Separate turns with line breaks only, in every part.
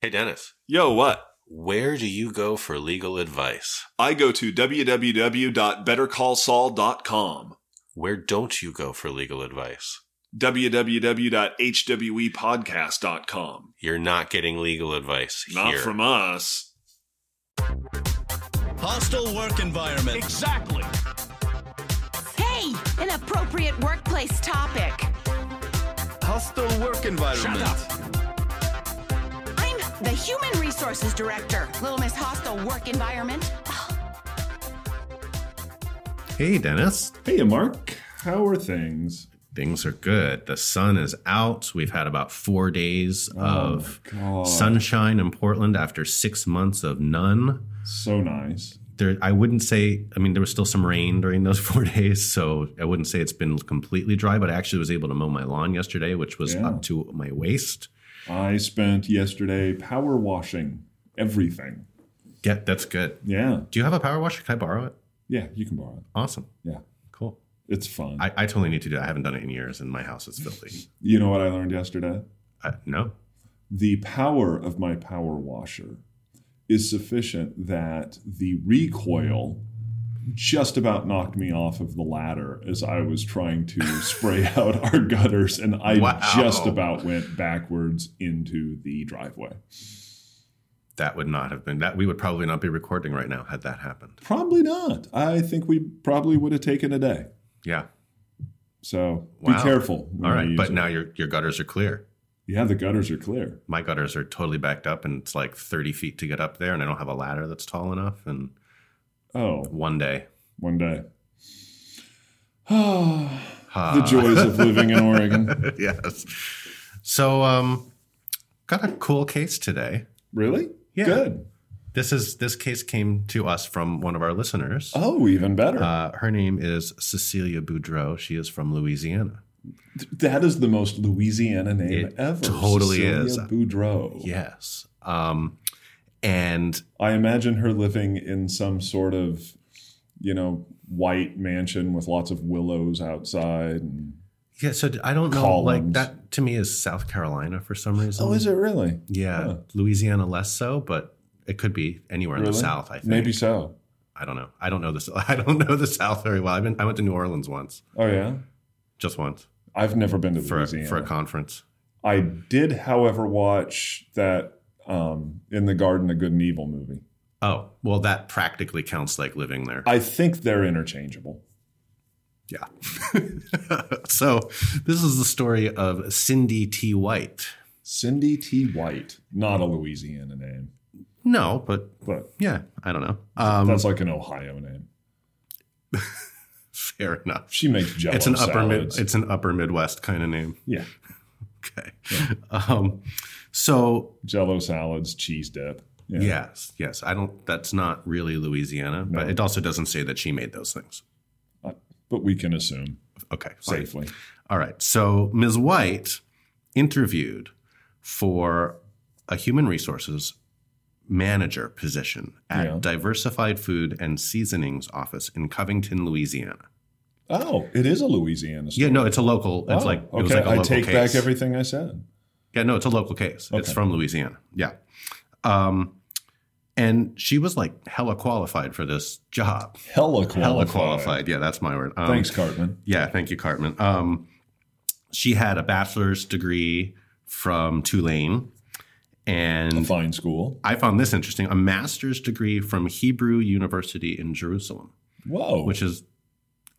Hey, Dennis,
Yo, what?
where do you go for legal advice?
I go to www.bettercallsaul.com,
Where don't you go for legal advice?
e www.hwepodcast.com.
You're not getting legal advice
Not
here.
from us.
Hostile work environment.
Exactly.
Hey, an appropriate workplace topic.
Hostile work environment.
Shut
I'm the Human Resources Director. Little Miss Hostile Work Environment.
Hey, Dennis.
Hey, Mark. How are things?
Things are good. The sun is out. We've had about four days of sunshine in Portland after six months of none.
So nice.
There, I wouldn't say, I mean, there was still some rain during those four days, so I wouldn't say it's been completely dry, but I actually was able to mow my lawn yesterday, which was
Yeah.
up to my waist.
I spent yesterday power washing everything.
Yeah, that's good.
Yeah.
Do you have a power washer? Can I borrow it?
Yeah, you can borrow it.
Awesome.
Yeah.
Cool.
It's fun.
I, I totally need to do that. I haven't done it in years, and my house is filthy.
you know what I learned yesterday?
Uh, no?
the power of my power washer is sufficient that the recoil just about knocked me off of the ladder as I was trying to spray out our gutters, and I
Wow.
just about went backwards into the driveway.
That would not have been that. We would probably not be recording right now had that happened.
Probably not. I think we probably would have taken a day.
Yeah.
So be
Wow.
careful. when
All
you
right,
use
but
it.
now your your gutters are clear.
yeah, the gutters are clear.
My gutters are totally backed up, and it's like thirty feet to get up there, and I don't have a ladder that's tall enough. And
Oh,
one day,
one day. the
Ah.
joys of living in Oregon.
yes. So, um, got a cool case today.
Really?
Yeah.
Good.
This is this case came to us from one of our listeners.
Oh, even better.
Uh, her name is Cecilia Boudreau. She is from Louisiana.
that is the most Louisiana name
It
ever.
totally
Cecilia
is.
Boudreau.
Yes. Um, and
I imagine her living in some sort of, you know, white mansion with lots of willows outside. And,
yeah, so I don't know. Like
Columns.
that to me is South Carolina for some reason.
oh, is it really?
Yeah,
Huh.
Louisiana less so, but it could be anywhere in the
Really?
South. I think.
Maybe so.
I don't know. I don't know this. I don't know the South very well. I've been. I went to New Orleans once,
Oh yeah.
just once
I've never been to
for a,
Louisiana.
for a conference.
I did, however, watch that um, in the Garden of Good and Evil movie.
Oh well, that practically counts like living there.
I think they're interchangeable.
yeah. so this is the story of Cindy T. White.
Cindy T. White, not a Louisiana name,
No, but
but
yeah, I don't know. Um,
that's like an Ohio name.
fair enough.
She makes jello
It's an upper mid,
salads.
it's an upper Midwest kind of name.
yeah.
Okay. Um, so
jello salads, cheese dip. Yeah.
Yes, yes. I don't. That's not really Louisiana, but it also doesn't say that she made those things.
Uh, But we can assume
Okay, fine.
safely.
All right. So Ms. White interviewed for a human resources manager position at
Yeah.
Diversified Food and Seasonings Office in Covington, Louisiana.
Oh, it is a Louisiana story.
Yeah, no, it's a local. It's
Oh,
like it was
okay,
like a
I
local
take
case.
back everything I said.
Yeah, no, it's a local case. It's
Okay.
from Louisiana. Yeah. Um, and she was like hella qualified for this job.
Hella qualified.
Hella qualified. Yeah, that's my word. Um,
Thanks, Cartman.
Yeah, thank you, Cartman. Um, she had a bachelor's degree from Tulane,
A
and
fine school.
I found this interesting: a master's degree from Hebrew University in Jerusalem,
Whoa.
which is,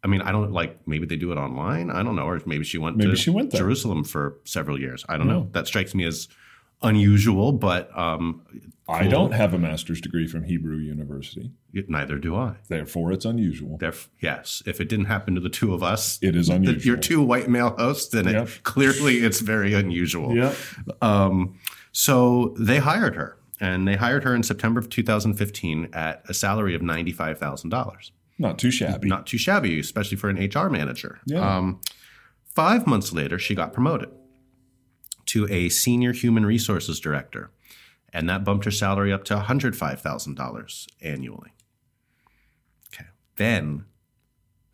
I mean, I don't like maybe they do it online. I don't know, or maybe she went
Maybe
to
she went there.
Jerusalem for several years. I don't know.
Yeah.
That strikes me as unusual, but um,
I don't have a master's degree from Hebrew University.
neither do I.
Therefore, it's unusual.
Theref- yes, if it didn't happen to the two of us,
It is
the-
unusual.
your two white male hosts, then
Yep.
it, clearly it's very unusual.
Yeah.
Um, so they hired her, and they hired her in September of 2015 at a salary of ninety-five thousand dollars.
Not too shabby.
Not too shabby, especially for an HR manager.
Yeah.
Um, five months later, she got promoted to a senior human resources director, and that bumped her salary up to one hundred five thousand dollars annually. Okay, then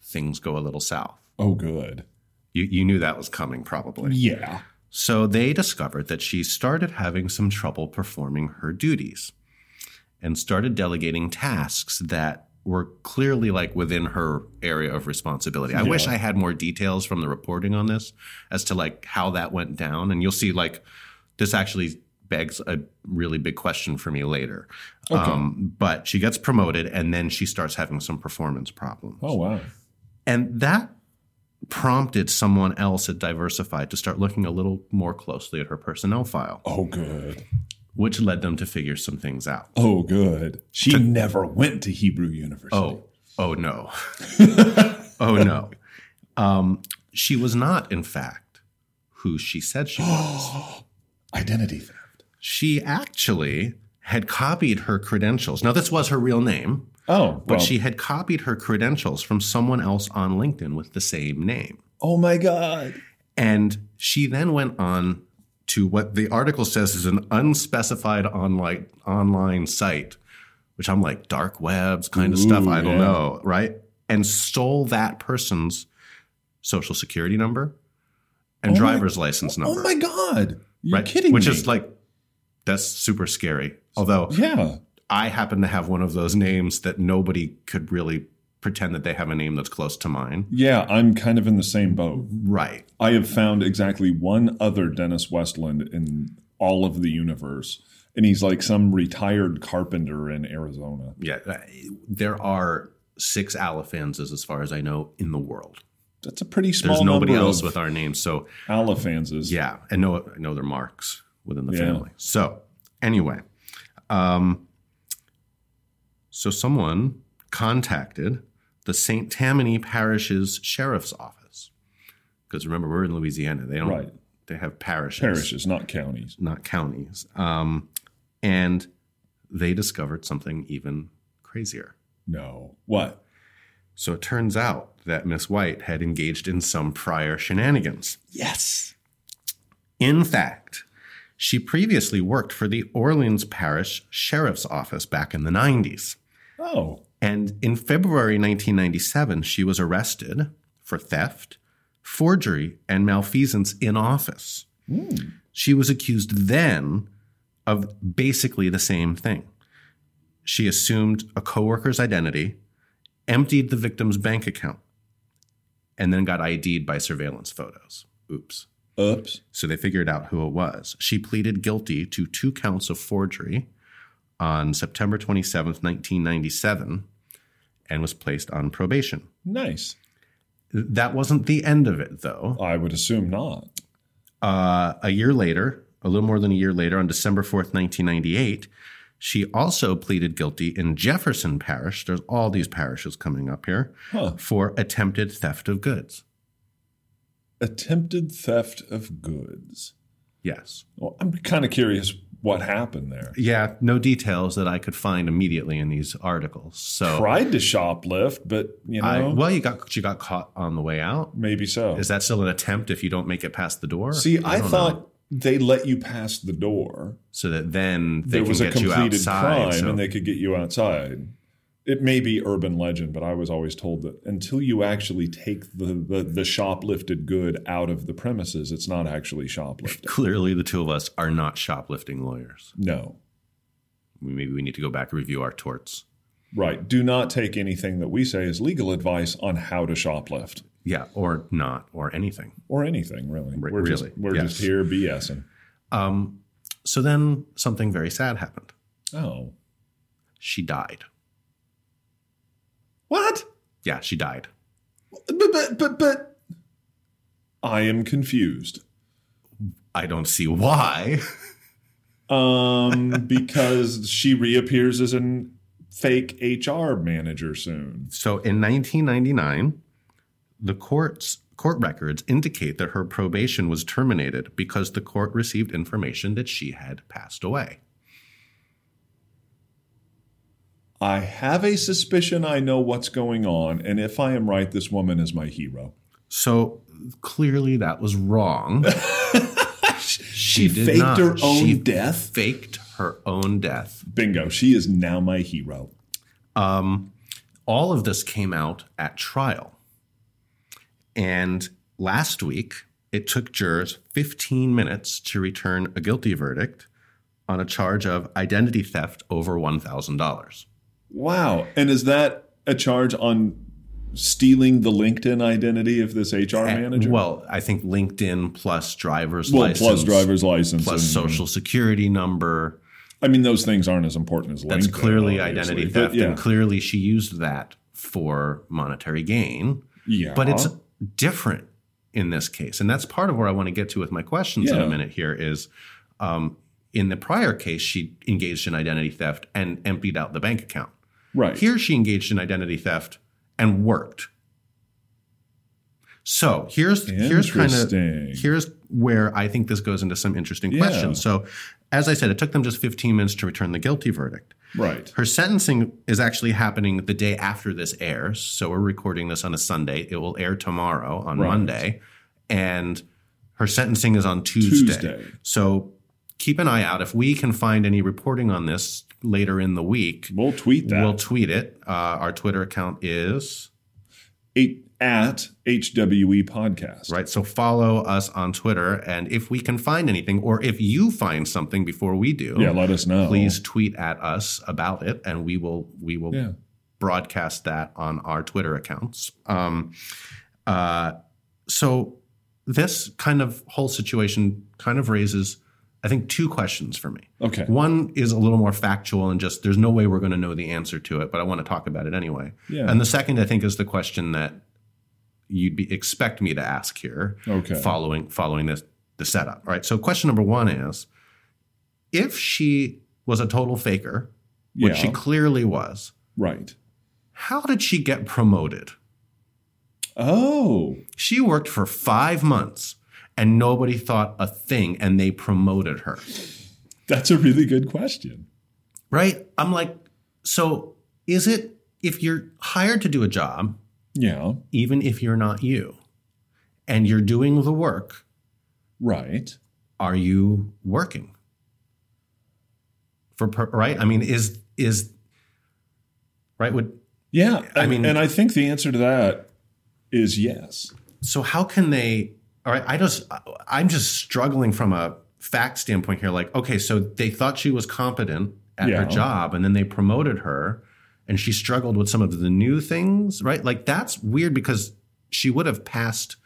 things go a little south.
oh, good.
You, you knew that was coming, probably.
Yeah.
So they discovered that she started having some trouble performing her duties and started delegating tasks that were clearly like within her area of responsibility. I wish I had more details from the reporting on this as to like how that went down and you'll see like this actually begs a really big question for me later. Um, but she gets promoted and then she starts having some performance problems.
Oh wow.
And that prompted someone else at Diversified to start looking a little more closely at her personnel file,
Oh good.
which led them to figure some things out.
Oh good. She never went to Hebrew University.
Oh, oh no. oh no. Um, she was not, in fact, who she said she was.
Identity theft.
She actually had copied her credentials. Now, this was her real name,
Oh,
but
well,
she had copied her credentials from someone else on LinkedIn with the same name.
Oh my god.
And she then went on to what the article says is an unspecified online online site, which I'm like dark webs kind of
Ooh,
stuff. I don't
yeah.
know, right? And stole that person's social security number and
Oh my-
driver's license number.
Oh my god. You're
right?
kidding
Which
me.
is like that's super scary. Although
Yeah.
I happen to have one of those names that nobody could really pretend that they have a name that's close to mine.
Yeah, I'm kind of in the same boat.
Right.
I have found exactly one other Dennis Westland in all of the universe, and he's like some retired carpenter in Arizona.
yeah, uh, there are six Alifanses, as far as I know, in the world.
That's a pretty small.
There's nobody
number
else
of
with our names. So
Alifanses.
yeah, I know I know they're marks within the
Yeah.
family. So anyway, um, so someone contacted the St. Tammany Parish's sheriff's office because remember we're in Louisiana. They don't.
Right.
They have parishes
parishes, not counties.
not counties. Um, and they discovered something even crazier.
No, what?
So it turns out that Miss White had engaged in some prior shenanigans.
Yes.
In fact, she previously worked for the Orleans Parish Sheriff's Office back in the 90s.
Oh,
And in February 1997, she was arrested for theft, forgery, and malfeasance in office. She was accused then of basically the same thing. She assumed a coworker's identity, emptied the victim's bank account, and then got ID'd by surveillance photos. Oops.
oops.
So they figured out who it was. She pleaded guilty to two counts of forgery on September 27th, 1997, and was placed on probation.
Nice.
That wasn't the end of it, though.
I would assume not.
Uh, a year later, a little more than a year later, on December 4th, 1998, she also pleaded guilty in Jefferson Parish. There's all these parishes coming up here
Huh.
for attempted theft of goods.
Attempted theft of goods.
Yes.
Well, I'm kind of curious what happened there.
Yeah, no details that I could find immediately in these articles. So
Tried to shoplift, but you know,
I, well, you got you got caught on the way out.
maybe so.
Is that still an attempt if you don't make it past the door?
See, I,
don't
thought
know.
they let you pass the door.
so that then they
there
can
was a
get you
completed
outside.
crime,
so-
and they could get you outside. It may be urban legend, but I was always told that until you actually take the, the, the shoplifted good out of the premises, it's not actually shoplifting.
Clearly, the two of us are not shoplifting lawyers.
No.
We- Maybe we need to go back and review our torts.
Right. Do not take anything that we say as legal advice on how to shoplift
Yeah, or not, or anything.
or anything, really.
Re-
we're
really,
just, we're
yes.
just here BSing.
Um, so then something very sad happened.
Oh.
She died.
What?
Yeah, she died.
But, but, but, but. I am confused.
I don't see why.
Um, because she reappears as a fake HR manager soon.
So in 1999, the court's court records indicate that her probation was terminated because the court received information that she had passed away.
I have a suspicion I know what's going on, and if I am right, this woman is my hero.
So clearly that was wrong.
She,
did
faked
not.
her own
She
death.
Faked her own death.
Bingo. She is now my hero.
Um, all of this came out at trial. And last week, It took jurors 15 minutes to return a guilty verdict on a charge of identity theft over $1,000.
Wow. And is that a charge on stealing the LinkedIn identity of this HR manager?
Eh, Well, I think LinkedIn plus driver's
Well,
license
plus driver's license.
plus
and-
social security number.
I mean, those things aren't as important as LinkedIn.
That's clearly
obviously,
identity
but
theft.
Yeah.
And clearly she used that for monetary gain.
yeah.
But it's different in this case. And that's part of where I want to get to with my questions in
Yeah.
a minute here is um, in the prior case, she engaged in identity theft and emptied out the bank account.
right.
Here she engaged in identity theft and worked. So here's here's kind of
Interesting.
here's where I think this goes into some interesting
Yeah.
questions. So as I said, it took them just 15 minutes to return the guilty verdict.
Right.
Her sentencing is actually happening the day after this airs. So we're recording this on a Sunday. It will air tomorrow on
Right.
Monday. And her sentencing is on Tuesday.
Tuesday.
So keep an eye out. If we can find any reporting on this later in the week,
We'll tweet that.
We'll tweet it. Uh, our Twitter account is
Eight, at HWE Podcast.
right. So follow us on Twitter, and if we can find anything, or if you find something before we do,
Yeah, let us know.
please tweet at us about it, and we will we will
Yeah.
broadcast that on our Twitter accounts. Um, uh, so this kind of whole situation kind of raises, I think, two questions for me.
Okay.
One is a little more factual and just there's no way we're going to know the answer to it, but I want to talk about it anyway.
Yeah.
And the second, I think, is the question that you'd be, expect me to ask here,
Okay.
following following this the setup. Right. So, question number one is, if she was a total faker,
yeah.
which she clearly was,
right.
how did she get promoted?
Oh.
She worked for five months and nobody thought a thing, and they promoted her.
That's a really good question.
right? I'm like, so is it if you're hired to do a job,
Yeah.
even if you're not you, and you're doing the work,
Right.
are you working? For per, right? I mean, is is right? Would
Yeah. I,
I mean-
mean, and I think the answer to that is yes.
so how can they? All right, I just I'm just struggling from a fact standpoint here. Like, okay, so they thought she was competent at her
Yeah.
job, and then they promoted her, and she struggled with some of the new things, right? Like that's weird because she would have passed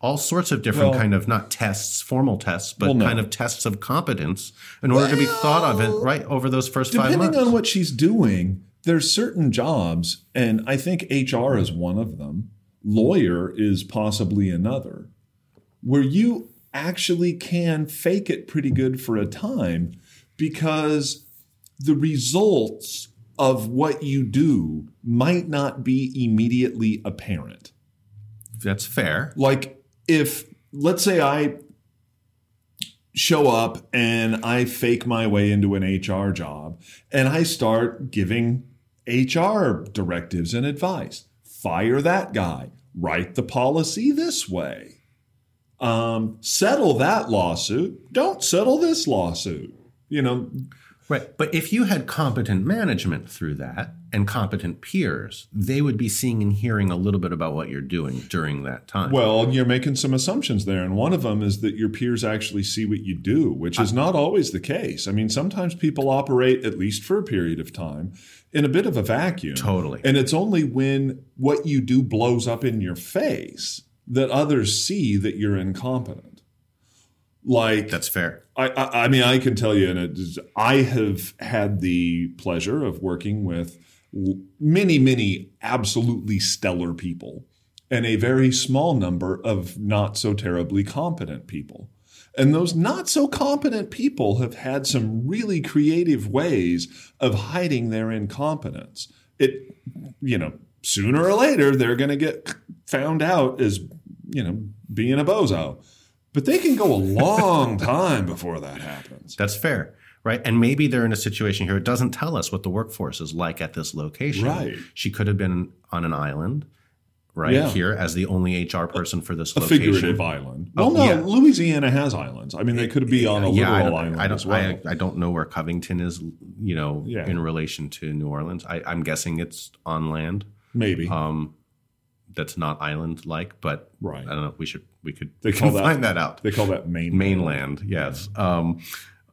all sorts of different
Well-
kind of not tests, formal tests, but
Well, no.
kind of tests of competence in order to be thought of it right over those first five
Depending
months.
on what she's doing, there's certain jobs, and I think HR is one of them. Lawyer is possibly another, where you actually can fake it pretty good for a time because the results of what you do might not be immediately apparent.
that's fair.
like if let's say i show up and i fake my way into an hr job and i start giving hr directives and advice fire that guy write the policy this way um, settle that lawsuit don't settle this lawsuit you know
Right. But if you had competent management through that and competent peers, they would be seeing and hearing a little bit about what you're doing during that time.
well you're making some assumptions there and one of them is that your peers actually see what you do which is not always the case i mean sometimes people operate at least for a period of time in a bit of a vacuum
Totally.
and it's only when what you do blows up in your face that others see that you're incompetent like
that's fair.
I, I, I mean, I can tell you, and it is, I have had the pleasure of working with l- many, many absolutely stellar people and a very small number of not so terribly competent people. And those not so competent people have had some really creative ways of hiding their incompetence. It, you know, sooner or later, they're going to get found out as, you know, being a bozo. But they can go a long time before that happens.
That's fair. Right. And maybe they're in a situation here. It doesn't tell us what the workforce is like at this location.
Right.
She could have been on an island right
Yeah.
here as the only HR person for this
A
location.
figurative island.
Oh,
Well, no,
yeah.
Louisiana has islands. I mean, they could be on a
yeah, I
literal
don't,
island
I,
as
don't,
well.
I, I don't know where Covington is, you know,
Yeah.
in relation to New Orleans. I, I'm guessing it's on land.
Maybe.
Um, that's not island like, but
Right.
I don't know. if We should we could
They call that-
find that out.
They call that mainland.
mainland yes um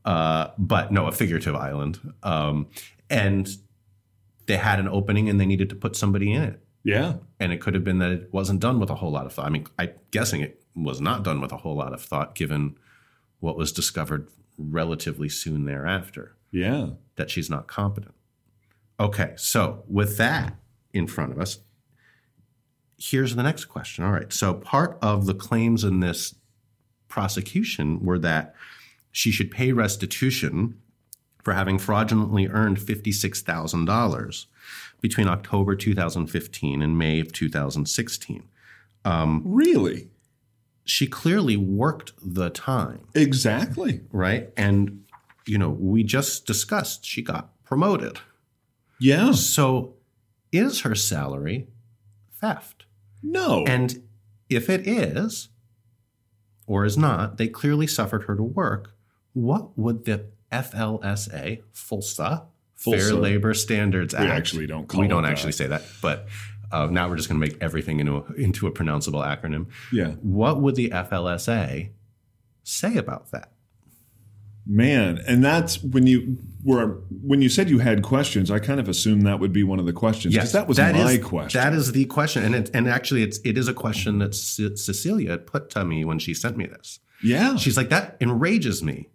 uh but no a figurative island um and they had an opening and they needed to put somebody in it
Yeah.
and it could have been that it wasn't done with a whole lot of thought i mean i'm guessing it was not done with a whole lot of thought given what was discovered relatively soon thereafter
Yeah.
that she's not competent okay so with that in front of us here's the next question all right so part of the claims in this prosecution were that she should pay restitution for having fraudulently earned $56,000 between October 2015 and May of 2016.
Really?
Um, She clearly worked the time,
Exactly.
right? And, you know, we just discussed she got promoted.
Yeah.
So is her salary theft?
No.
And if it is or is not, they clearly suffered her to work. What would the FLSA, FLSA, Fair
FLSA.
Labor Standards Act?
actually don't call
we
it
don't
that.
actually say that, but uh, now we're just going to make everything into a, into a pronounceable acronym.
yeah.
What would the FLSA say about that?
Man, and that's when you were when you said you had questions, I kind of assumed that would be one of the questions. 'cause that was my
is-
question.
That is the question, and it, and actually, it's it is a question that Ce- Cecilia put to me when she sent me this.
yeah.
She's like, "That enrages me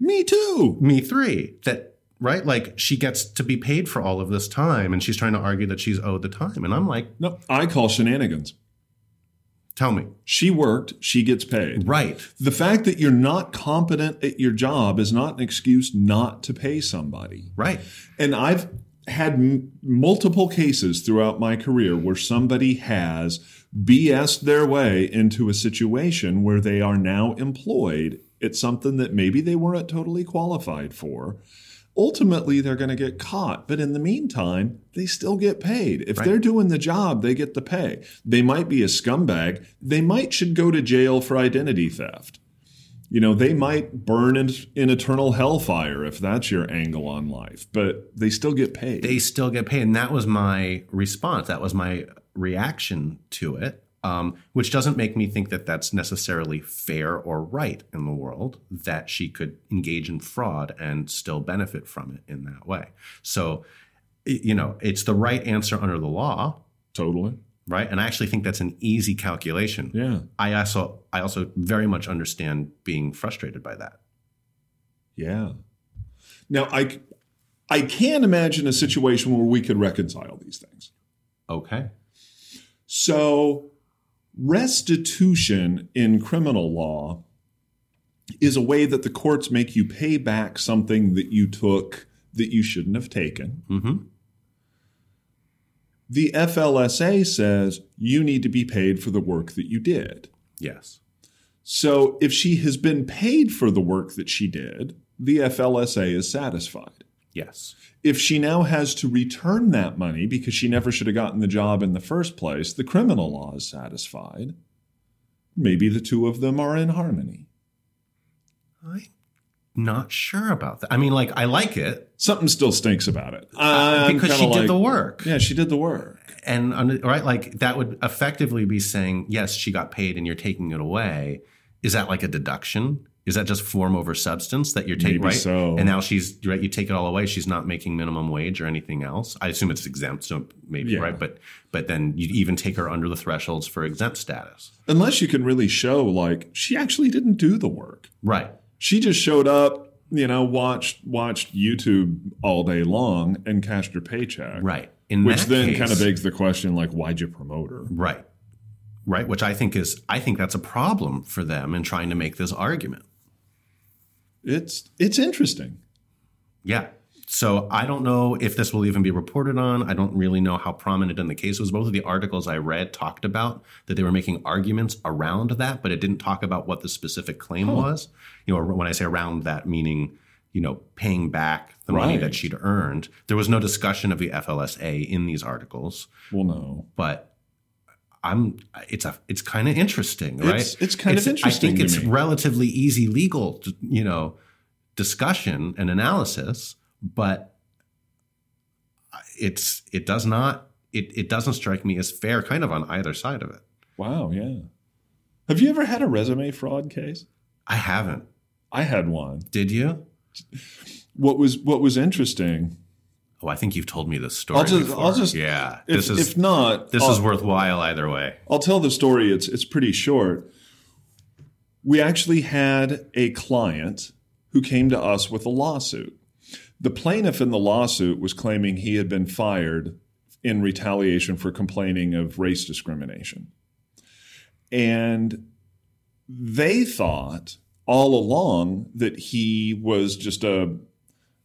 me too.
me three that right like she gets to be paid for all of this time and she's trying to argue that she's owed the time and i'm like
No, I call shenanigans.
tell me
She worked, she gets paid.
right
The fact that you're not competent at your job is not an excuse not to pay somebody.
right
And I've had m- multiple cases throughout my career where somebody has BS their way into a situation where they are now employed at something that maybe they weren't totally qualified for. Ultimately, they're going to get caught, but in the meantime, they still get paid. If they're doing the job, they get the pay. They might be a scumbag. They might should go to jail for identity theft. You know, they might burn in, in eternal hellfire if that's your angle on life, but they still get paid.
they still get paid and that was my response that was my reaction to it um, which doesn't make me think that that's necessarily fair or right in the world that she could engage in fraud and still benefit from it in that way so y- you know it's the right answer under the law
totally.
right and i actually think that's an easy calculation
Yeah.
I also I also very much understand being frustrated by that.
Yeah. Now, I, c- I can imagine a situation where we could reconcile these things.
Okay.
So, restitution in criminal law is a way that the courts make you pay back something that you took that you shouldn't have taken.
Mm-hmm.
The FLSA says you need to be paid for the work that you did.
Yes.
So if she has been paid for the work that she did, the FLSA is satisfied.
Yes.
If she now has to return that money because she never should have gotten the job in the first place, the criminal law is satisfied. Maybe the two of them are in harmony.
I'm not sure about that. I mean, like I like it
Something still stinks about it.
uh,
I'm
because she
kinda
did the
like,
work,
Yeah, she did the work.
and under, right, like that would effectively be saying yes, she got paid, and you're taking it away. Is that like a deduction? Is that just form over substance that you're taking
Maybe
right?
so.
And now she's right. You take it all away. She's not making minimum wage or anything else. I assume it's exempt, so maybe
Yeah.
right. But but then you even take her under the thresholds for exempt status.
Unless you can really show, like, she actually didn't do the work.
Right.
She just showed up, you know, watched watched YouTube all day long and cashed her paycheck.
Right. In
which
that
then
case-
kind of begs the question like why'd you promote her
right, right. Which I think is I think that's a problem for them in trying to make this argument.
it's it's interesting
Yeah. So I don't know if this will even be reported on. I don't really know how prominent in the case was. Both of the articles I read talked about that they were making arguments around that, but it didn't talk about what the specific claim was. You know, when I say around that, meaning you know paying back the money
Right.
that she'd earned. There was no discussion of the FLSA in these articles.
well no
but I'm it's a it's kind of interesting, right?
It's- it's kind of interesting
I think
to
it's
me.
relatively easy legal, you know, discussion and analysis, but it's it does not it, it doesn't strike me as fair, kind of on either side of it.
Wow, yeah. Have you ever had a resume fraud case?
I haven't.
I had one.
Did you?
What was what was interesting?
Oh, I think you've told me this story.
I'll just-
before.
I'll just-
yeah.
If,
this is
if not, uh,
this
I'll,
is worthwhile either way.
I'll tell the story. It's it's pretty short. We actually had a client who came to us with a lawsuit. The plaintiff in the lawsuit was claiming he had been fired in retaliation for complaining of race discrimination. And they thought all along that he was just a,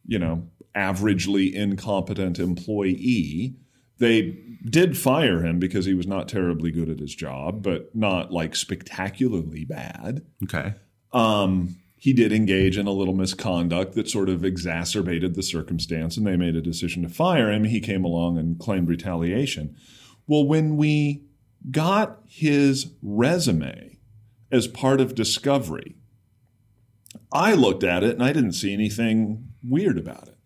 you know, averagely incompetent employee. They did fire him because he was not terribly good at his job, but not like spectacularly bad.
Okay.
Um, he did engage in a little misconduct that sort of exacerbated the circumstance, and they made a decision to fire him. He came along and claimed retaliation. Well, when we got his resume as part of discovery, I looked at it and I didn't see anything weird about it.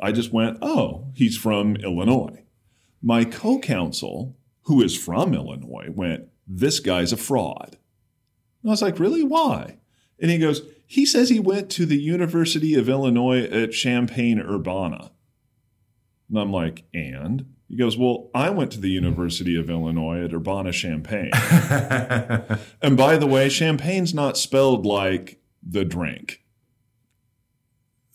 I just went, oh, he's from Illinois. My co counsel, who is from Illinois, went, this guy's a fraud. And I was like, really? Why? And he goes, he says he went to the University of Illinois at Champaign Urbana. And I'm like, and? He goes, well, I went to the University of Illinois at Urbana Champaign. and by the way, Champagne's not spelled like the drink.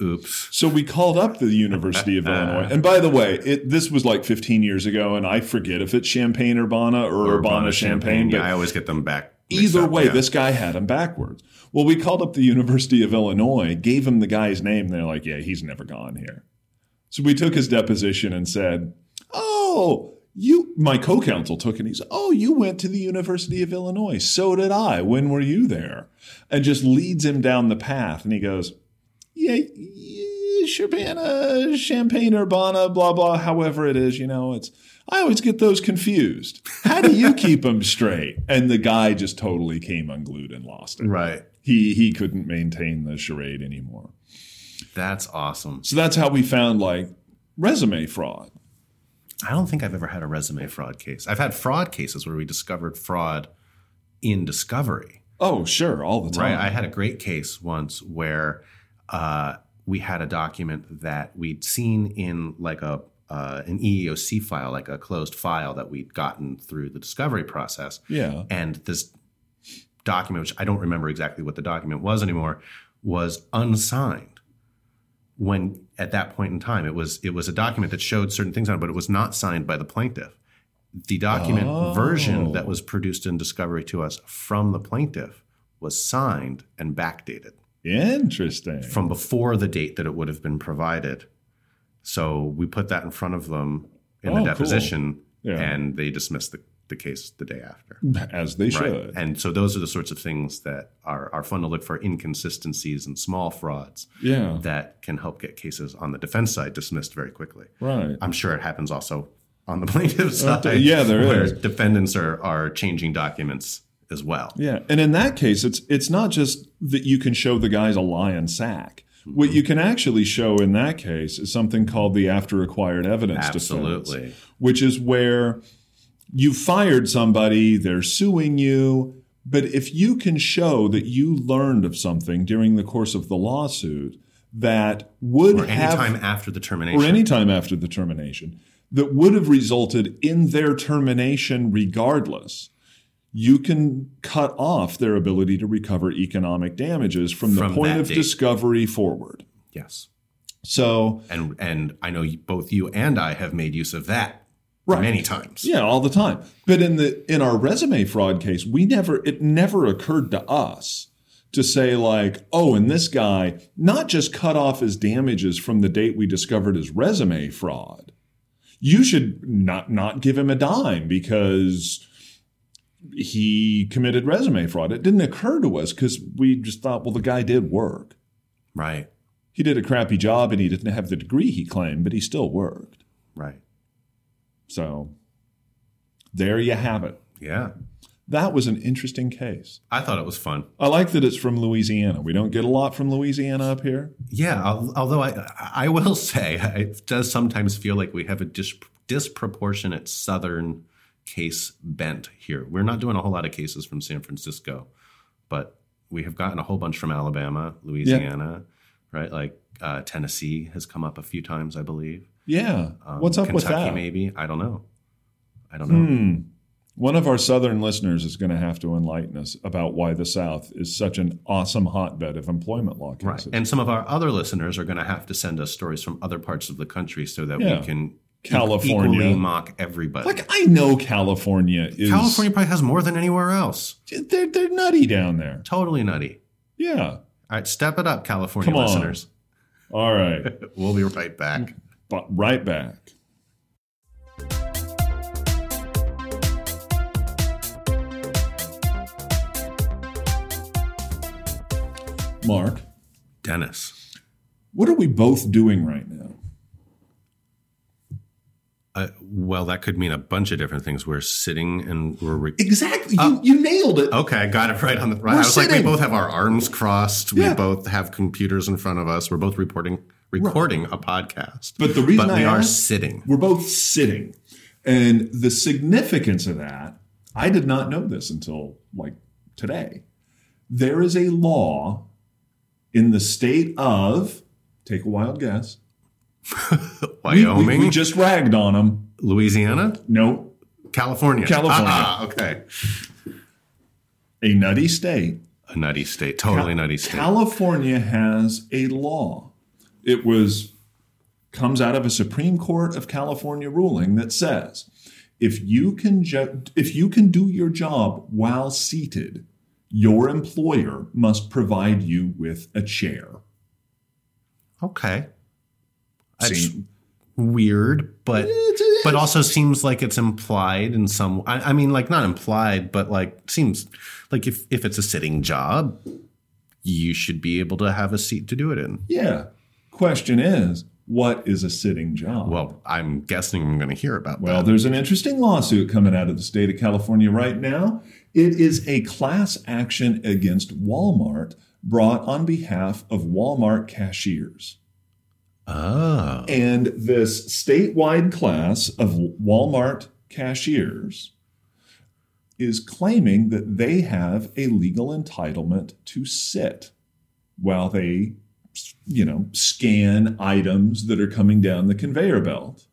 Oops.
So we called up the University of Illinois. And by the way, it, this was like 15 years ago, and I forget if it's Champaign Urbana or, Urbana Champaign,
Yeah,
but
I always get them back. mixed
Either
up,
way,
yeah.
this guy had him backwards. Well, we called up the University of Illinois, gave him the guy's name, and they're like, yeah, he's never gone here. So we took his deposition and said, oh, you, my co counsel took it. He's, oh, you went to the University of Illinois. So did I. When were you there? And just leads him down the path. And he goes, yeah, yeah, Urbana, Champagne Urbana, blah, blah, however it is, you know, it's, I always get those confused. How do you keep them straight? And the guy just totally came unglued and lost it.
Right.
He, he couldn't maintain the charade anymore.
That's awesome.
So that's how we found like resume fraud.
I don't think I've ever had a resume fraud case. I've had fraud cases where we discovered fraud in discovery.
Oh, sure, all the time.
Right. I had a great case once where uh, we had a document that we'd seen in like a uh, an EEOC file, like a closed file that we'd gotten through the discovery process.
yeah.
And this document, which I don't remember exactly what the document was anymore, was unsigned. When at that point in time, it was it was a document that showed certain things on it, but it was not signed by the plaintiff. The document
Oh.
version that was produced in discovery to us from the plaintiff was signed and backdated
Interesting.
from before the date that it would have been provided. So we put that in front of them in
Oh,
the
cool.
deposition,
Yeah.
and they dismissed the, the case the day after.
As they
Right.
should.
And so those are the sorts of things that are, are fun to look for inconsistencies and small frauds
yeah.
that can help get cases on the defense side dismissed very quickly.
right.
I'm sure it happens also on the plaintiff's side.
yeah, there
where
is.
defendants are, are changing documents as well.
Yeah, and in that case, it's it's not just that you can show the guy's a lion sack. What you can actually show in that case is something called the after acquired evidence defense,
Absolutely.
which is where you fired somebody, they're suing you, but if you can show that you learned of something during the course of the lawsuit that would
Or
have
anytime after the termination.
or any time after the termination that would have resulted in their termination regardless you can cut off their ability to recover economic damages from the
From
point
that
of
date.
discovery forward
yes.
so
And and I know you- both you and I have made use of that
Right.
many times.
yeah all the time but in the in our resume fraud case we never it never occurred to us to say like oh and this guy not just cut off his damages from the date we discovered his resume fraud you should not not give him a dime because he committed resume fraud. It didn't occur to us because we just thought, well, the guy did work.
Right.
He did a crappy job and he didn't have the degree he claimed, but he still worked.
Right.
So there you have it.
Yeah.
That was an interesting case.
I thought it was fun.
I like that it's from Louisiana. We don't get a lot from Louisiana up here.
Yeah, al- although I I will say it does sometimes feel like we have a dis- disproportionate Southern case bent here. We're not doing a whole lot of cases from San Francisco, but we have gotten a whole bunch from Alabama, Louisiana, right? Like uh, Tennessee has come up a few times, I believe. Um,
Yeah. What's up
Kentucky,
with that?
Maybe I don't know. I don't know.
Hmm. One of our Southern listeners is going to have to enlighten us about why the South is such an awesome hotbed of employment law
Right.
cases.
And some of our other listeners are going to have to send us stories from other parts of the country so that
Yeah.
we can e-
California.
equally mock everybody.
like, I know California is.
California probably has more than anywhere else.
They're, they're nutty down there.
Totally nutty.
Yeah.
All right, step it up, California
Come on.
listeners.
All right.
We'll be right back.
but right back. Mark,
Dennis,
what are we both doing right now?
uh, well, that could mean a bunch of different things. We're sitting and we're. Re-
Exactly.
Uh,
you, you nailed it.
okay, I got it right on the right. I was like, we
sitting.
both have our arms crossed.
Yeah.
We both have computers in front of us. We're both reporting, recording a podcast.
But the reason
but
I
we are
asked-
sitting.
We're both sitting. And the significance of that, I did not know this until like today. There is a law in the state of, take a wild guess. We- we-
Wyoming,
We, just ragged on them.
Louisiana,
No,
California.
California.
Ah, okay.
a nutty state.
A nutty state. Totally nutty state.
California has a law. It was comes out of a Supreme Court of California ruling that says if you can ju- if you can do your job while seated, your employer must provide you with a chair.
okay. That's
See,
weird, but
It's-
but also seems like it's implied in some. I, I mean, like not implied, but like seems like if if it's a sitting job, you should be able to have a seat to do it in.
yeah. Question is, what is a sitting job?
Well, I'm guessing I'm going to hear about
Well,
that.
there's an interesting lawsuit coming out of the state of California right now. It is a class action against Walmart brought on behalf of Walmart cashiers.
Oh,
And this statewide class of Walmart cashiers is claiming that they have a legal entitlement to sit while they, you know, scan items that are coming down the conveyor belt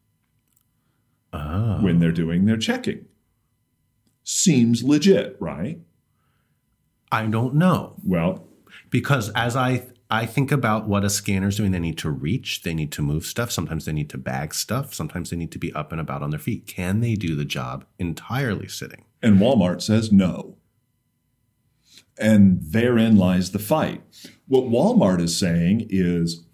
oh.
when they're doing their checking. Seems legit, right?
I don't know.
Well,
because as I I think about what a scanner's doing, they need to reach, they need to move stuff, sometimes they need to bag stuff, sometimes they need to be up and about on their feet. Can they do the job entirely sitting?
and Walmart says no. And therein lies the fight. What Walmart is saying is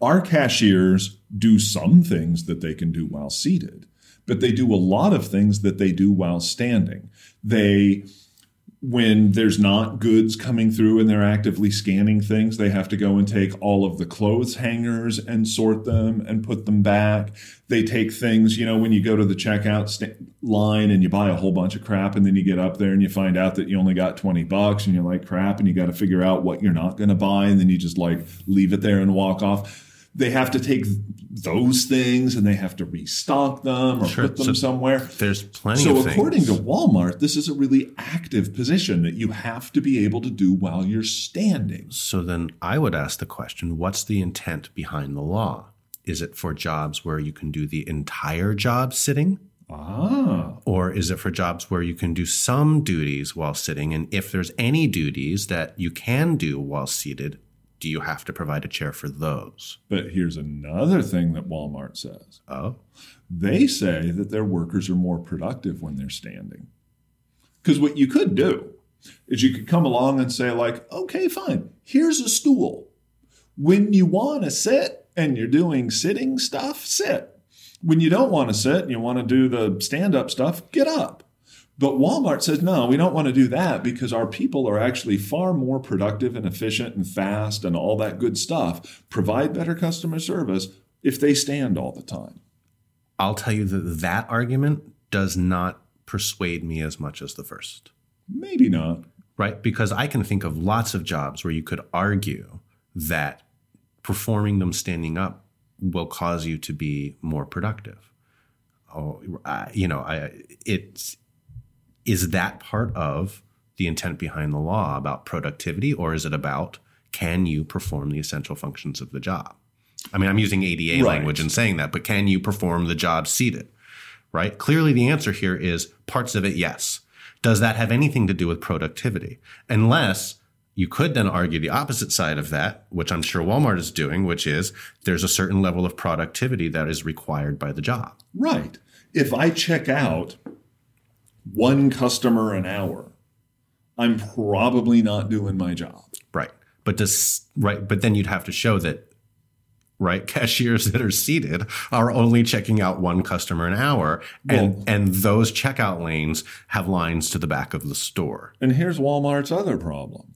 our cashiers do some things that they can do while seated, but they do a lot of things that they do while standing. They when there's not goods coming through and they're actively scanning things, they have to go and take all of the clothes hangers and sort them and put them back. They take things, you know, when you go to the checkout sta- line and you buy a whole bunch of crap and then you get up there and you find out that you only got 20 bucks and you're like, crap, and you got to figure out what you're not going to buy. And then you just like leave it there and walk off. They have to take th- those things and they have to restock them or
Sure.
put them
So
somewhere.
There's plenty
So,
of things.
according to Walmart, this is a really active position that you have to be able to do while you're standing.
so then I would ask the question, what's the intent behind the law? Is it for jobs where you can do the entire job sitting?
Ah,
Or is it for jobs where you can do some duties while sitting? And if there's any duties that you can do while seated, do you have to provide a chair for those?
but here's another thing that Walmart says
Oh,
they say that their workers are more productive when they're standing. Because what you could do is you could come along and say, like, okay, fine, here's a stool. When you want to sit and you're doing sitting stuff, sit. When you don't want to sit and you want to do the stand up stuff, get up. But Walmart says, no, we don't want to do that because our people are actually far more productive and efficient and fast and all that good stuff, provide better customer service if they stand all the time.
I'll tell you that that argument does not persuade me as much as the first,
Maybe not.
right? Because I can think of lots of jobs where you could argue that performing them standing up will cause you to be more productive. oh, I, you know, I it is that part of the intent behind the law about productivity, or is it about can you perform the essential functions of the job? I mean, I'm using ADA
Right.
language in saying that, but can you perform the job seated? Right. Clearly, the answer here is parts of it, yes. Does that have anything to do with productivity? Unless you could then argue the opposite side of that, which I'm sure Walmart is doing, which is there's a certain level of productivity that is required by the job.
Right. If I check out one customer an hour, I'm probably not doing my job.
Right. But does right but then you'd have to show that right cashiers that are seated are only checking out one customer an hour and
Well-
and those checkout lanes have lines to the back of the store.
And here's Walmart's other problem.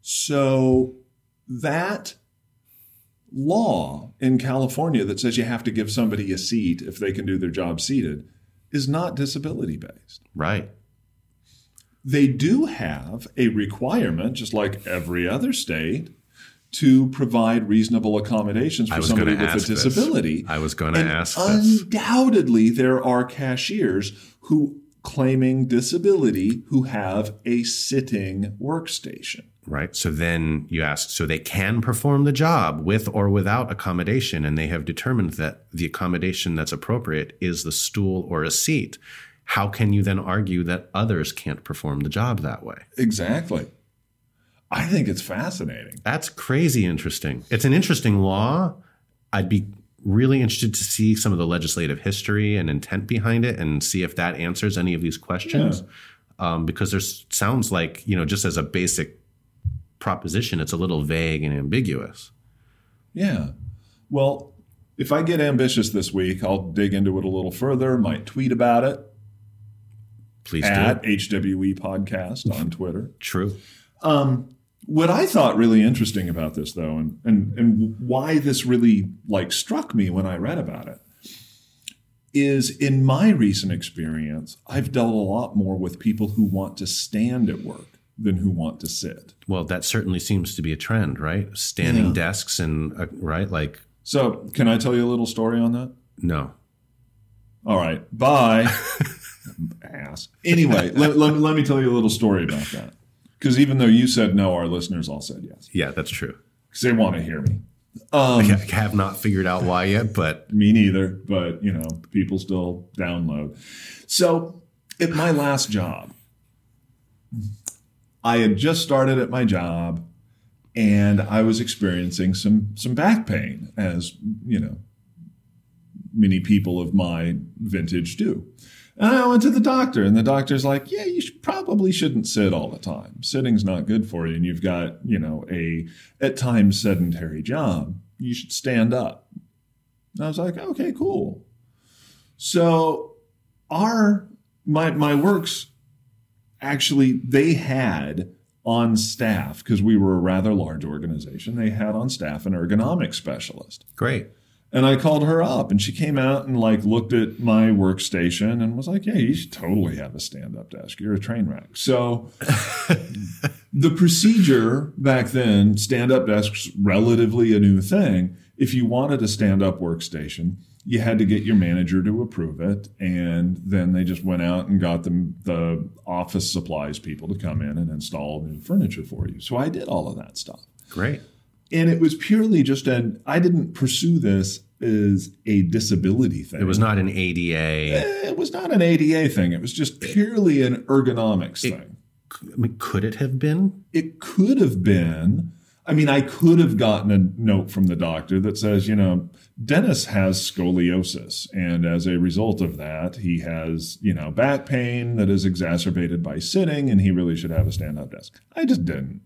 So that law in California that says you have to give somebody a seat if they can do their job seated is not disability based.
Right.
They do have a requirement, just like every other state, to provide reasonable accommodations
I
for
was
somebody
gonna
with a
ask this.
disability.
I was going to
And
ask this.
undoubtedly there are cashiers who claiming disability who have a sitting workstation
Right. So then you ask, so they can perform the job with or without accommodation, and they have determined that the accommodation that's appropriate is the stool or a seat. How can you then argue that others can't perform the job that way?
exactly i think it's fascinating
That's crazy interesting. It's an interesting law. I'd be really interested to see some of the legislative history and intent behind it and see if that answers any of these questions. Um, because there's sounds like, you know, just as a basic proposition, it's a little vague and ambiguous.
yeah well if i get ambitious this week i'll dig into it a little further might tweet about it
Please do.
at
it.
hwe podcast on twitter
True.
Um, what I thought really interesting about this, though, and, and and why this really like struck me when I read about it, is in my recent experience, I've dealt a lot more with people who want to stand at work than who want to sit.
Well, that certainly seems to be a trend, right? Standing desks and, uh, right? Like,
So, can I tell you a little story on that?
no.
All right, bye. Ass. Anyway, let, let, let me tell you a little story about that. Because even though you said no, our listeners all said yes
Yeah, that's true.
because they want to hear me. Um,
I have not figured out why yet, but
Me neither, but you know, people still download. So at my last job, I had just started at my job and I was experiencing some some back pain, as you know, many people of my vintage do. And I went to the doctor, and the doctor's like, "Yeah, you should, probably shouldn't sit all the time. Sitting's not good for you, and you've got you know a at times sedentary job. You should stand up." And I was like, okay, cool. So our my my works actually they had on staff because we were a rather large organization. They had on staff an ergonomic specialist.
great.
And I called her up and she came out and like looked at my workstation and was like, Yeah, you should totally have a stand up desk. You're a train wreck. So the procedure back then, stand up desks, relatively a new thing. If you wanted a stand up workstation, you had to get your manager to approve it. And then they just went out and got them the office supplies people to come in and install new furniture for you. So I did all of that stuff
Great.
and it was purely just an I didn't pursue this as a disability thing. Eh,
It was not an ADA.
It was not an ADA thing. It was just purely an ergonomics thing.
I mean, could it have been?
It could have been. I mean, I could have gotten a note from the doctor that says, you know, Dennis has scoliosis, and as a result of that, he has, you know, back pain that is exacerbated by sitting, and he really should have a stand-up desk. I just didn't.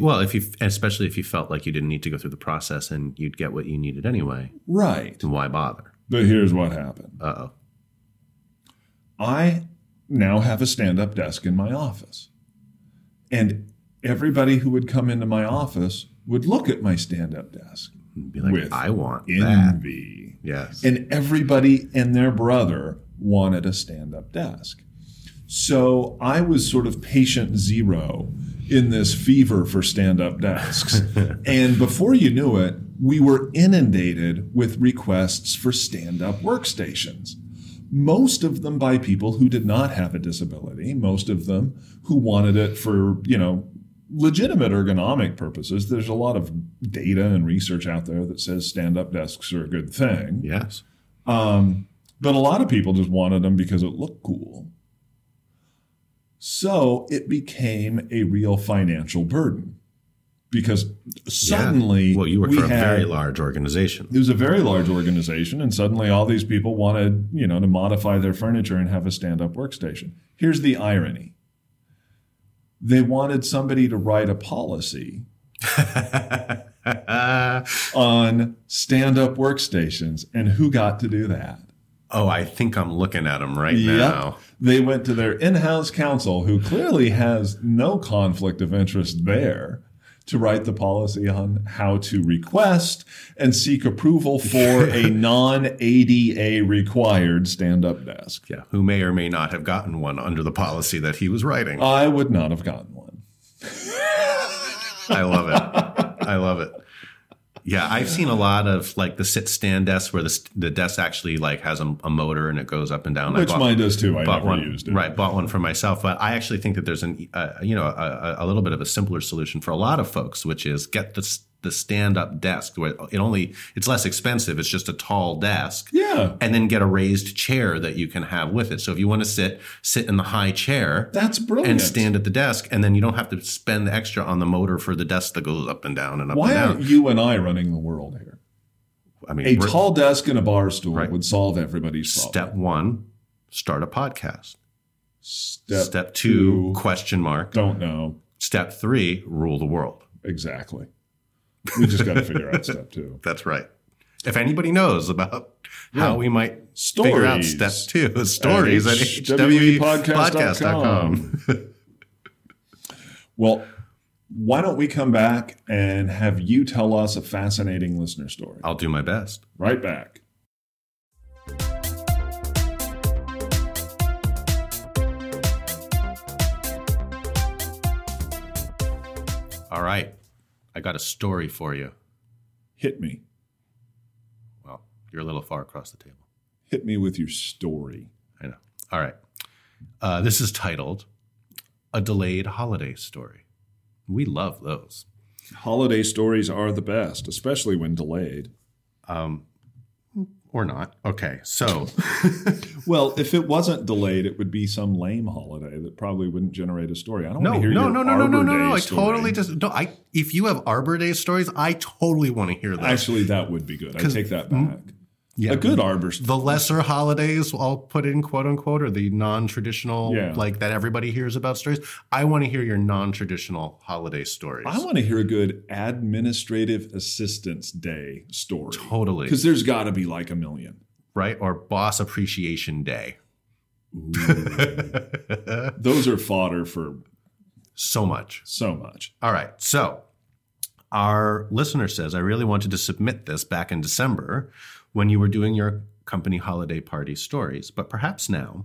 Well, if you, especially if you felt like you didn't need to go through the process and you'd get what you needed anyway,
Right.
then why bother?
But here's what happened.
Uh oh.
I now have a stand up desk in my office. And everybody who would come into my office would look at my stand up desk
Be like,
With
I want that.
envy.
Yes.
And everybody and their brother wanted a stand up desk. So I was sort of patient zero in this fever for stand up desks. and before you knew it, we were inundated with requests for stand up workstations. most of them by people who did not have a disability, most of them who wanted it for, you know, legitimate ergonomic purposes. There's a lot of data and research out there that says stand up desks are a good thing.
Yes.
Um, But a lot of people just wanted them because it looked cool. So it became a real financial burden because suddenly
Well, you work
we
for a
had-
very large organization.
It was a very large organization, and suddenly all these people wanted, you know, to modify their furniture and have a stand-up workstation. Here's the irony: they wanted somebody to write a policy on stand-up workstations, and who got to do that?
Oh, I think I'm looking at them right
Yep.
now.
They went to their in house counsel, who clearly has no conflict of interest there, to write the policy on how to request and seek approval for a non ADA required stand up desk.
Yeah, who may or may not have gotten one under the policy that he was writing.
I would not have gotten one.
I love it. I love it. Yeah, I've seen a lot of like the sit stand desk where the, st- the desk actually like has a, a motor and it goes up and down. I
Which
bought-
mine does too. I
bought
never
one,
used it.
right? Bought one for myself, but I actually think that there's an uh, you know a, a- a little bit of a simpler solution for a lot of folks, which is get the s- the stand up desk where it only it's less expensive. It's just a tall desk,
Yeah.
and then get a raised chair that you can have with it. So if you want to sit, sit in the high chair.
That's brilliant.
and stand at the desk, and then you don't have to spend the extra on the motor for the desk that goes up and down and up
Why
and
aren't
down.
you and I running the world here?
I mean,
A
we're-
tall desk and a bar stool
Right.
would solve everybody's problem.
step one, start a podcast.
Step,
step two, question mark.
don't know.
Step three, rule the world.
Exactly. We just got to figure out step two.
That's right. If anybody knows about how we might figure out
Stories.
step two, stories
E
at E hwepodcast.com.
well, why don't we come back and have you tell us a fascinating listener story?
I'll do my best.
Right back.
All right. I got a story for you.
Hit me.
Well, you're a little far across the table.
Hit me with your story.
I know. All right. Uh, this is titled A Delayed Holiday Story. We love those.
Holiday stories are the best, especially when delayed.
Um, or not. Okay. So,
Well, if it wasn't delayed, it would be some lame holiday that probably wouldn't generate a story. I don't
no,
want to hear
no,
your
no, no, no, no, no,
Arbor
no.
Day
I
story.
totally just, no, I, if you have Arbor Day stories, I totally want to hear those.
Actually, that would be good. I take that back.
yeah.
A good Arbor story.
the lesser holidays, I'll put in quote unquote, or the non traditional,
Yeah.
like that everybody hears about stories. I want to hear your non traditional holiday stories.
I want to hear a good administrative assistance day story.
totally.
Because there's got to be like a million.
Right? Or Boss Appreciation Day.
Those are fodder for
So much.
so much.
All right. So our listener says, I really wanted to submit this back in December when you were doing your company holiday party stories, but perhaps now.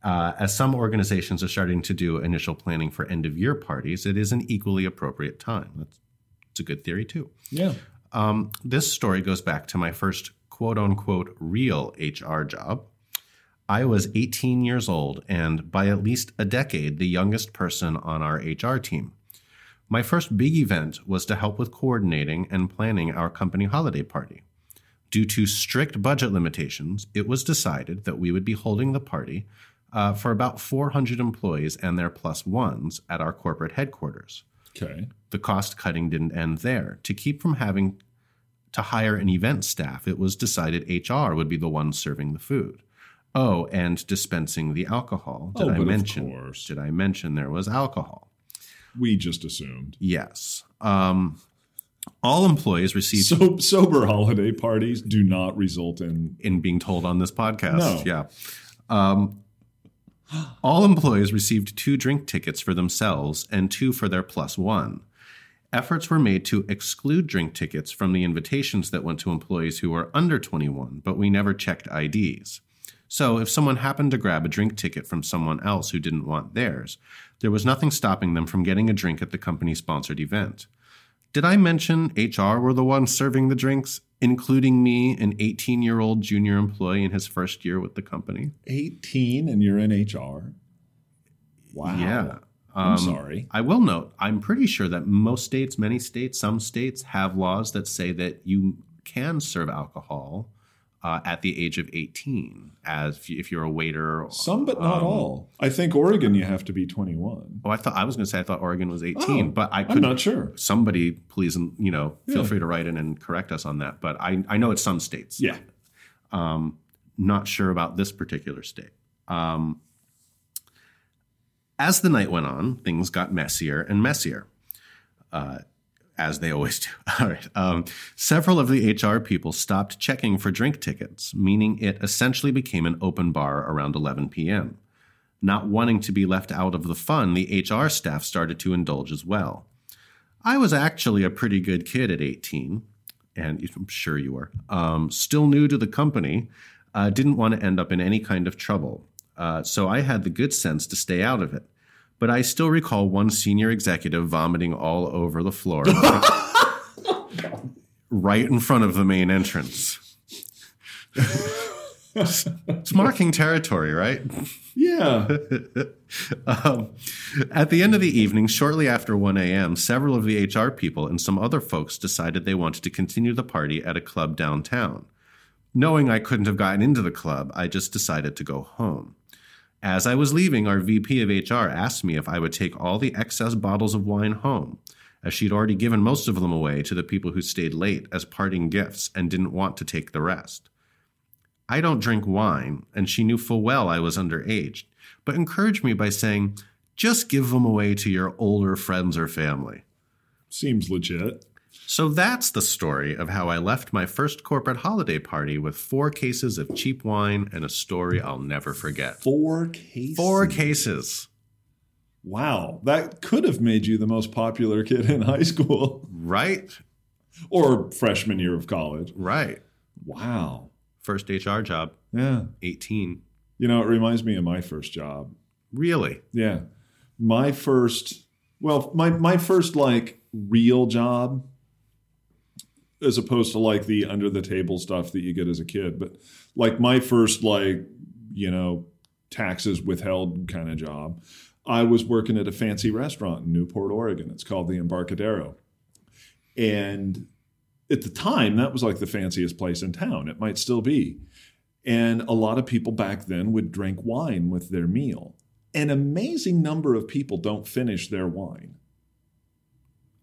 Uh, as some organizations are starting to do initial planning for end of year parties, it is an equally appropriate time. That's, that's a good theory, too.
Yeah.
Um, this story goes back to my first quote unquote real HR job. I was 18 years old and by at least a decade the youngest person on our HR team. My first big event was to help with coordinating and planning our company holiday party. Due to strict budget limitations, it was decided that we would be holding the party uh, for about 400 employees and their plus ones at our corporate headquarters
Okay.
the cost cutting didn't end there. To keep from having to hire an event staff, it was decided HR would be the one serving the food. Oh, and dispensing the alcohol. Did
Oh,
I
but of
mention?
course.
Did I mention there was alcohol?
We just assumed.
Yes. Um, all employees received
So sober holiday parties do not result in
in being told on this podcast.
No.
Yeah. Um, all employees received two drink tickets for themselves and two for their plus one. Efforts were made to exclude drink tickets from the invitations that went to employees who were under 21, but we never checked IDs. So if someone happened to grab a drink ticket from someone else who didn't want theirs, there was nothing stopping them from getting a drink at the company sponsored event. Did I mention HR were the ones serving the drinks, including me, an 18 year old junior employee in his first year with the company?
18 and you're in HR. Wow.
Yeah.
I'm
Um,
sorry.
I will note, I'm pretty sure that most states, many states, some states have laws that say that you can serve alcohol uh, at the age of 18, as if you- if you're a waiter. Or,
Some, but not
um,
all. I think Oregon, you have to be 21.
Oh, I thought I was going to say I thought Oregon was 18,
Oh,
but I
I'm
couldn't.
not sure.
Somebody, please, you know, feel
Yeah.
free to write in and correct us on that. But I, I know it's some states.
Yeah.
Um, not sure about this particular state. Um, as the night went on, things got messier and messier, uh, as they always do. All right. Um, several of the HR people stopped checking for drink tickets, meaning it essentially became an open bar around 11 p.m. Not wanting to be left out of the fun, the HR staff started to indulge as well. I was actually a pretty good kid at 18, and I'm sure you were, um, still new to the company, uh, didn't want to end up in any kind of trouble. Uh, so I had the good sense to stay out of it. But I still recall one senior executive vomiting all over the floor right in front of the main entrance. it's marking territory, right?
Yeah.
um, at the end of the evening, shortly after 1 a.m., several of the HR people and some other folks decided they wanted to continue the party at a club downtown. Knowing I couldn't have gotten into the club, I just decided to go home. As I was leaving, our VP of HR asked me if I would take all the excess bottles of wine home, as she'd already given most of them away to the people who stayed late as parting gifts and didn't want to take the rest. I don't drink wine, and she knew full well I was underage, but encouraged me by saying, just give them away to your older friends or family.
Seems legit.
So that's the story of how I left my first corporate holiday party with four cases of cheap wine and a story I'll never forget.
Four cases.
Four cases.
Wow. That could have made you the most popular kid in high school
Right?
or freshman year of college.
Right.
Wow.
First HR job,
Yeah.
18.
You know, it reminds me of my first job.
Really?
Yeah. My first, well, my, my first like real job, as opposed to like the under the table stuff that you get as a kid, but like my first, like, you know, taxes withheld kind of job, I was working at a fancy restaurant in Newport, Oregon. It's called the Embarcadero. And at the time, that was like the fanciest place in town. It might still be. And a lot of people back then would drink wine with their meal an amazing number of people don't finish their wine,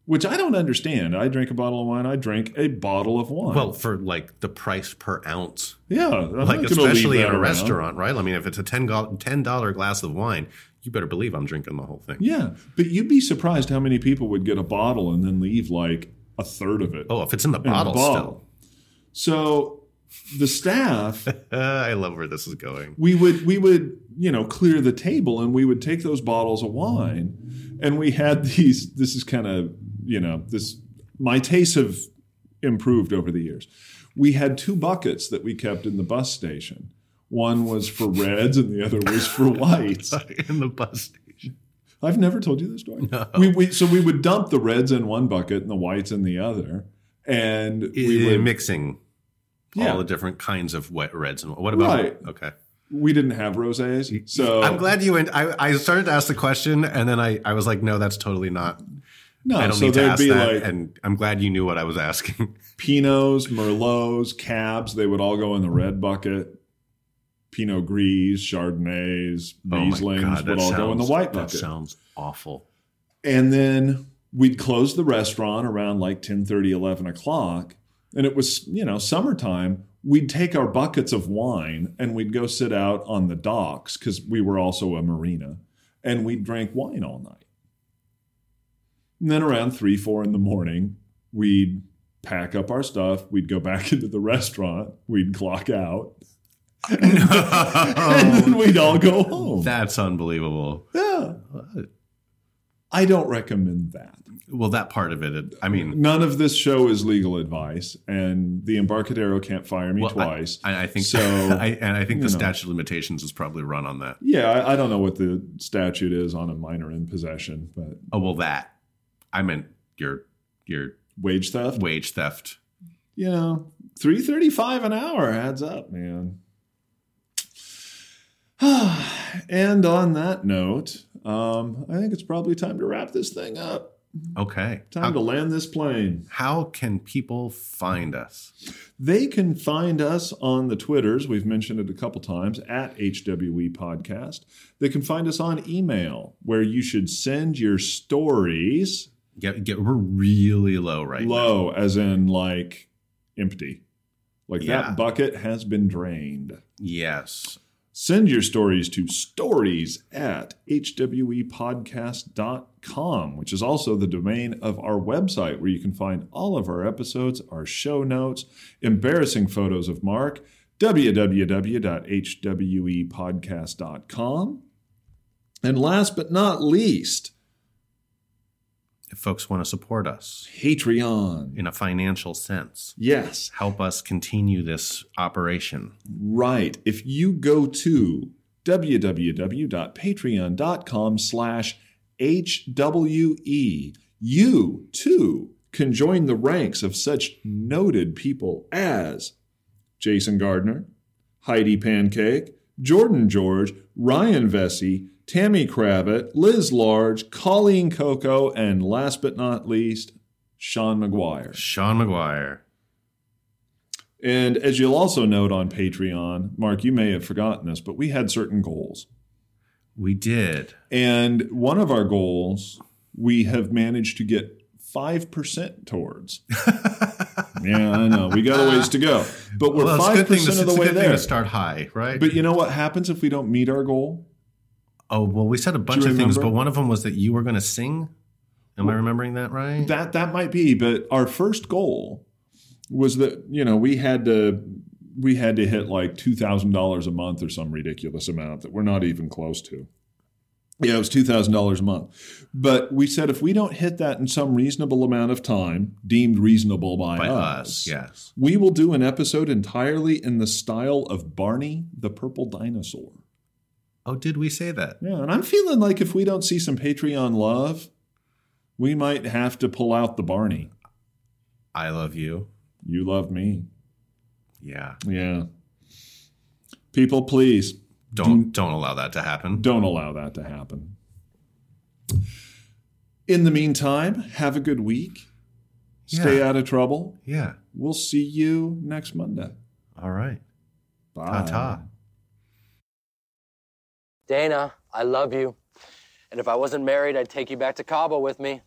which I don't understand. I drink a bottle of wine, I drink a bottle of wine.
Well, for like the price per ounce.
yeah, I'm not
like
gonna leave
especially
that
in a
around.
restaurant, right? I mean, if it's a ten dollar glass of wine, you better believe I'm drinking the whole thing.
Yeah, but you'd be surprised how many people would get a bottle and then leave like a third of it.
Oh, if it's in the
in a
bottle,
bottle. So the staff
still, Uh, I love where this is going.
we would we would you know clear the table and we would take those bottles of wine and we had these this is kind of you know this my tastes have improved over the years we had two buckets that we kept in the bus station one was for reds and the other was for whites
in the bus station.
I've never told you this story. We, we so we would dump the reds in one bucket and the whites in the other, and we
We
would
mixing
Yeah.
all the different kinds of wet reds and what about?
Right.
Okay,
we didn't have rosés. So
I'm glad you. And I, I started to ask the question, and then I, I was like, no, that's totally not.
no,
I don't
so
need to
there'd
ask
be
that.
like
and I'm glad you knew what I was asking.
Pinots, Merlots, Cabs, they would all go in the red bucket. Pinot Gris, Chardonnays, Rieslings would all go in the white
Oh that
bucket.
sounds awful.
And then we'd close the restaurant around like 10, 11 o'clock. And it was, you know, summertime. We'd take our buckets of wine and we'd go sit out on the docks because we were also a marina and we'd drink wine all night. And then around three, four in the morning, we'd pack up our stuff. We'd go back into the restaurant. We'd clock out.
Oh.
And then we'd all go home.
that's unbelievable.
yeah. I don't recommend that.
Well, that part of it, it I mean,
None of this show is legal advice, and the Embarcadero can't fire me
well, I-
twice.
I, I think
So,
so. I, and I think the
you know.
statute of limitations is probably run on that.
yeah, I, I don't know what the statute is on a minor in possession, but
Oh well, that I meant your your
Wage theft?
wage theft.
You know, 335 an hour adds up, man. and on that note, um, I think it's probably time to wrap this thing up.
Okay.
Time to land this plane.
How can people find us?
They can find us on the Twitters. We've mentioned it a couple times at HWE Podcast. They can find us on email, where you should send your stories
Get, get we're really low right now.
low, as in like empty. Like
Yeah.
that bucket has been drained.
Yes.
Send your stories to stories at E hwepodcast.com, which is also the domain of our website where you can find all of our episodes, our show notes, embarrassing photos of Mark, E www.hwepodcast.com. And last but not least,
If folks want to support us
Patreon.
in a financial sense,
Yes,
help us continue this operation.
Right. If you go to www.patreon.com slash HWE, you too can join the ranks of such noted people as Jason Gardner, Heidi Pancake, Jordan George, Ryan Vesey, Tammy Kravitz, Liz Large, Colleen Coco, and last but not least, Sean McGuire.
Sean McGuire.
And as you'll also note on Patreon, Mark, you may have forgotten this, but we had certain goals.
We did.
And one of our goals, we have managed to get 5% towards. yeah, I know. We got a ways to go. But we're
Well, it's a
5%
good thing to,
of the
it's a
way
good thing
there.
to start high, right?
But you know what happens if we don't meet our goal?
oh, well, we said a bunch
you
of things,
remember?
but one of them was that you were going to sing. Am I remembering that right?
That that might be, but our first goal was that, you know, we had to we had to hit like $2,000 a month or some ridiculous amount that we're not even close to. Yeah, it was two thousand dollars a month. But we said if we don't hit that in some reasonable amount of time, deemed reasonable by,
By
us,
us, yes.
we will do an episode entirely in the style of Barney the Purple Dinosaur.
Oh, did we say that?
Yeah, and I'm feeling like if we don't see some Patreon love, we might have to pull out the Barney.
I love you.
You love me.
Yeah.
Yeah. People, please
Don't don't allow that to happen.
don't allow that to happen. In the meantime, have a good week. Stay
Yeah.
out of trouble.
Yeah.
We'll see you next Monday.
All right.
Bye.
Ta ta.
Dana, I love you. And if I wasn't married, I'd take you back to Cabo with me.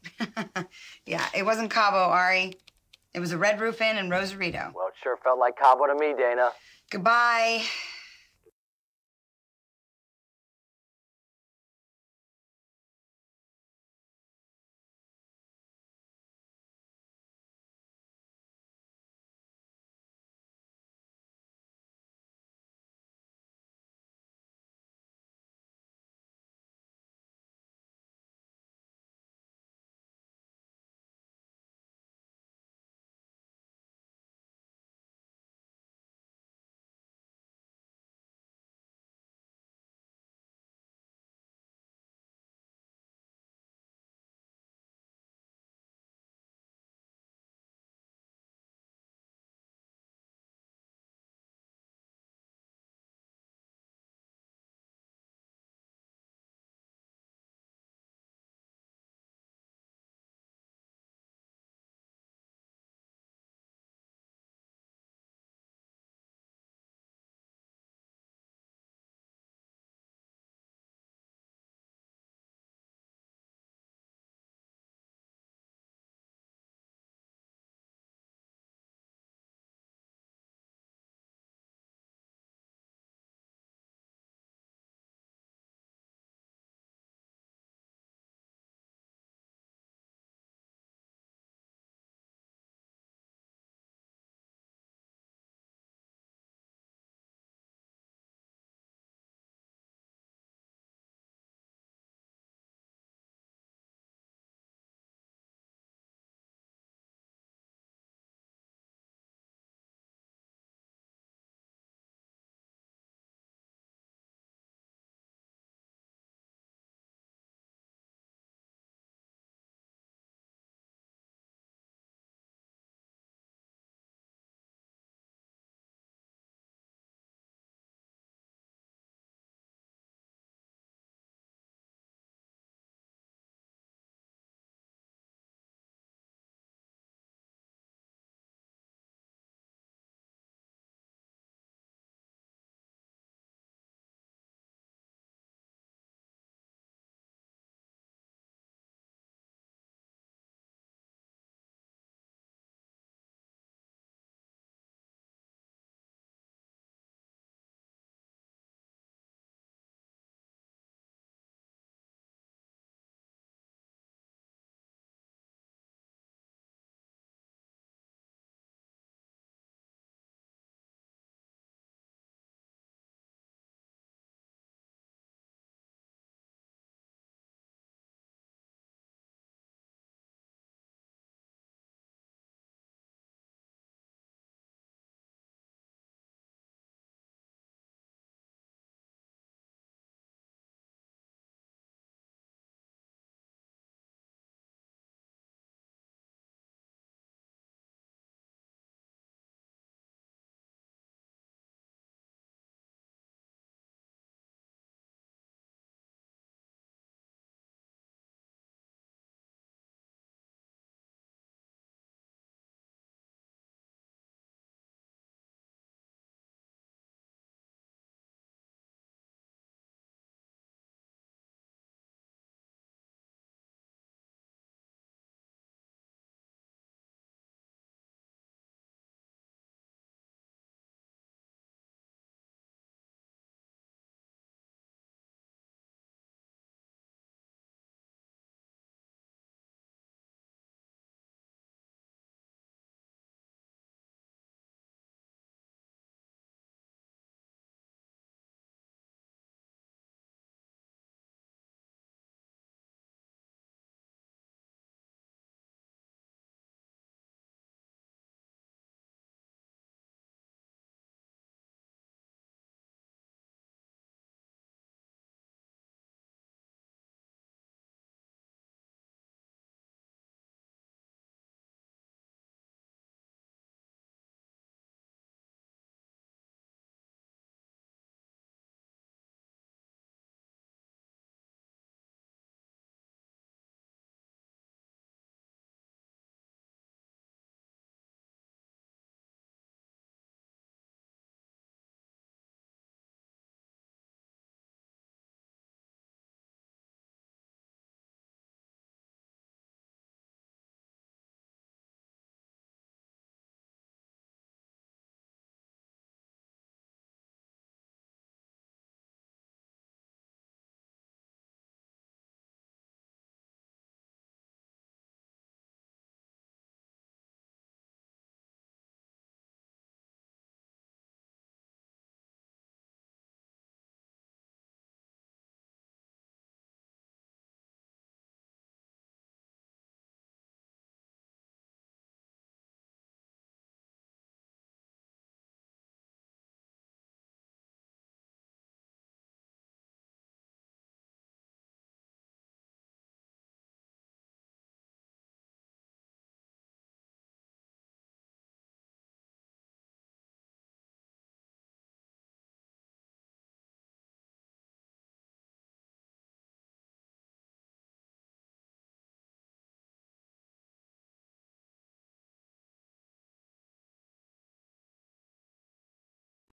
Yeah, it wasn't Cabo, Ari. It was a Red Roof Inn in Rosarito.
Well, it sure felt like Cabo to me, Dana.
Goodbye.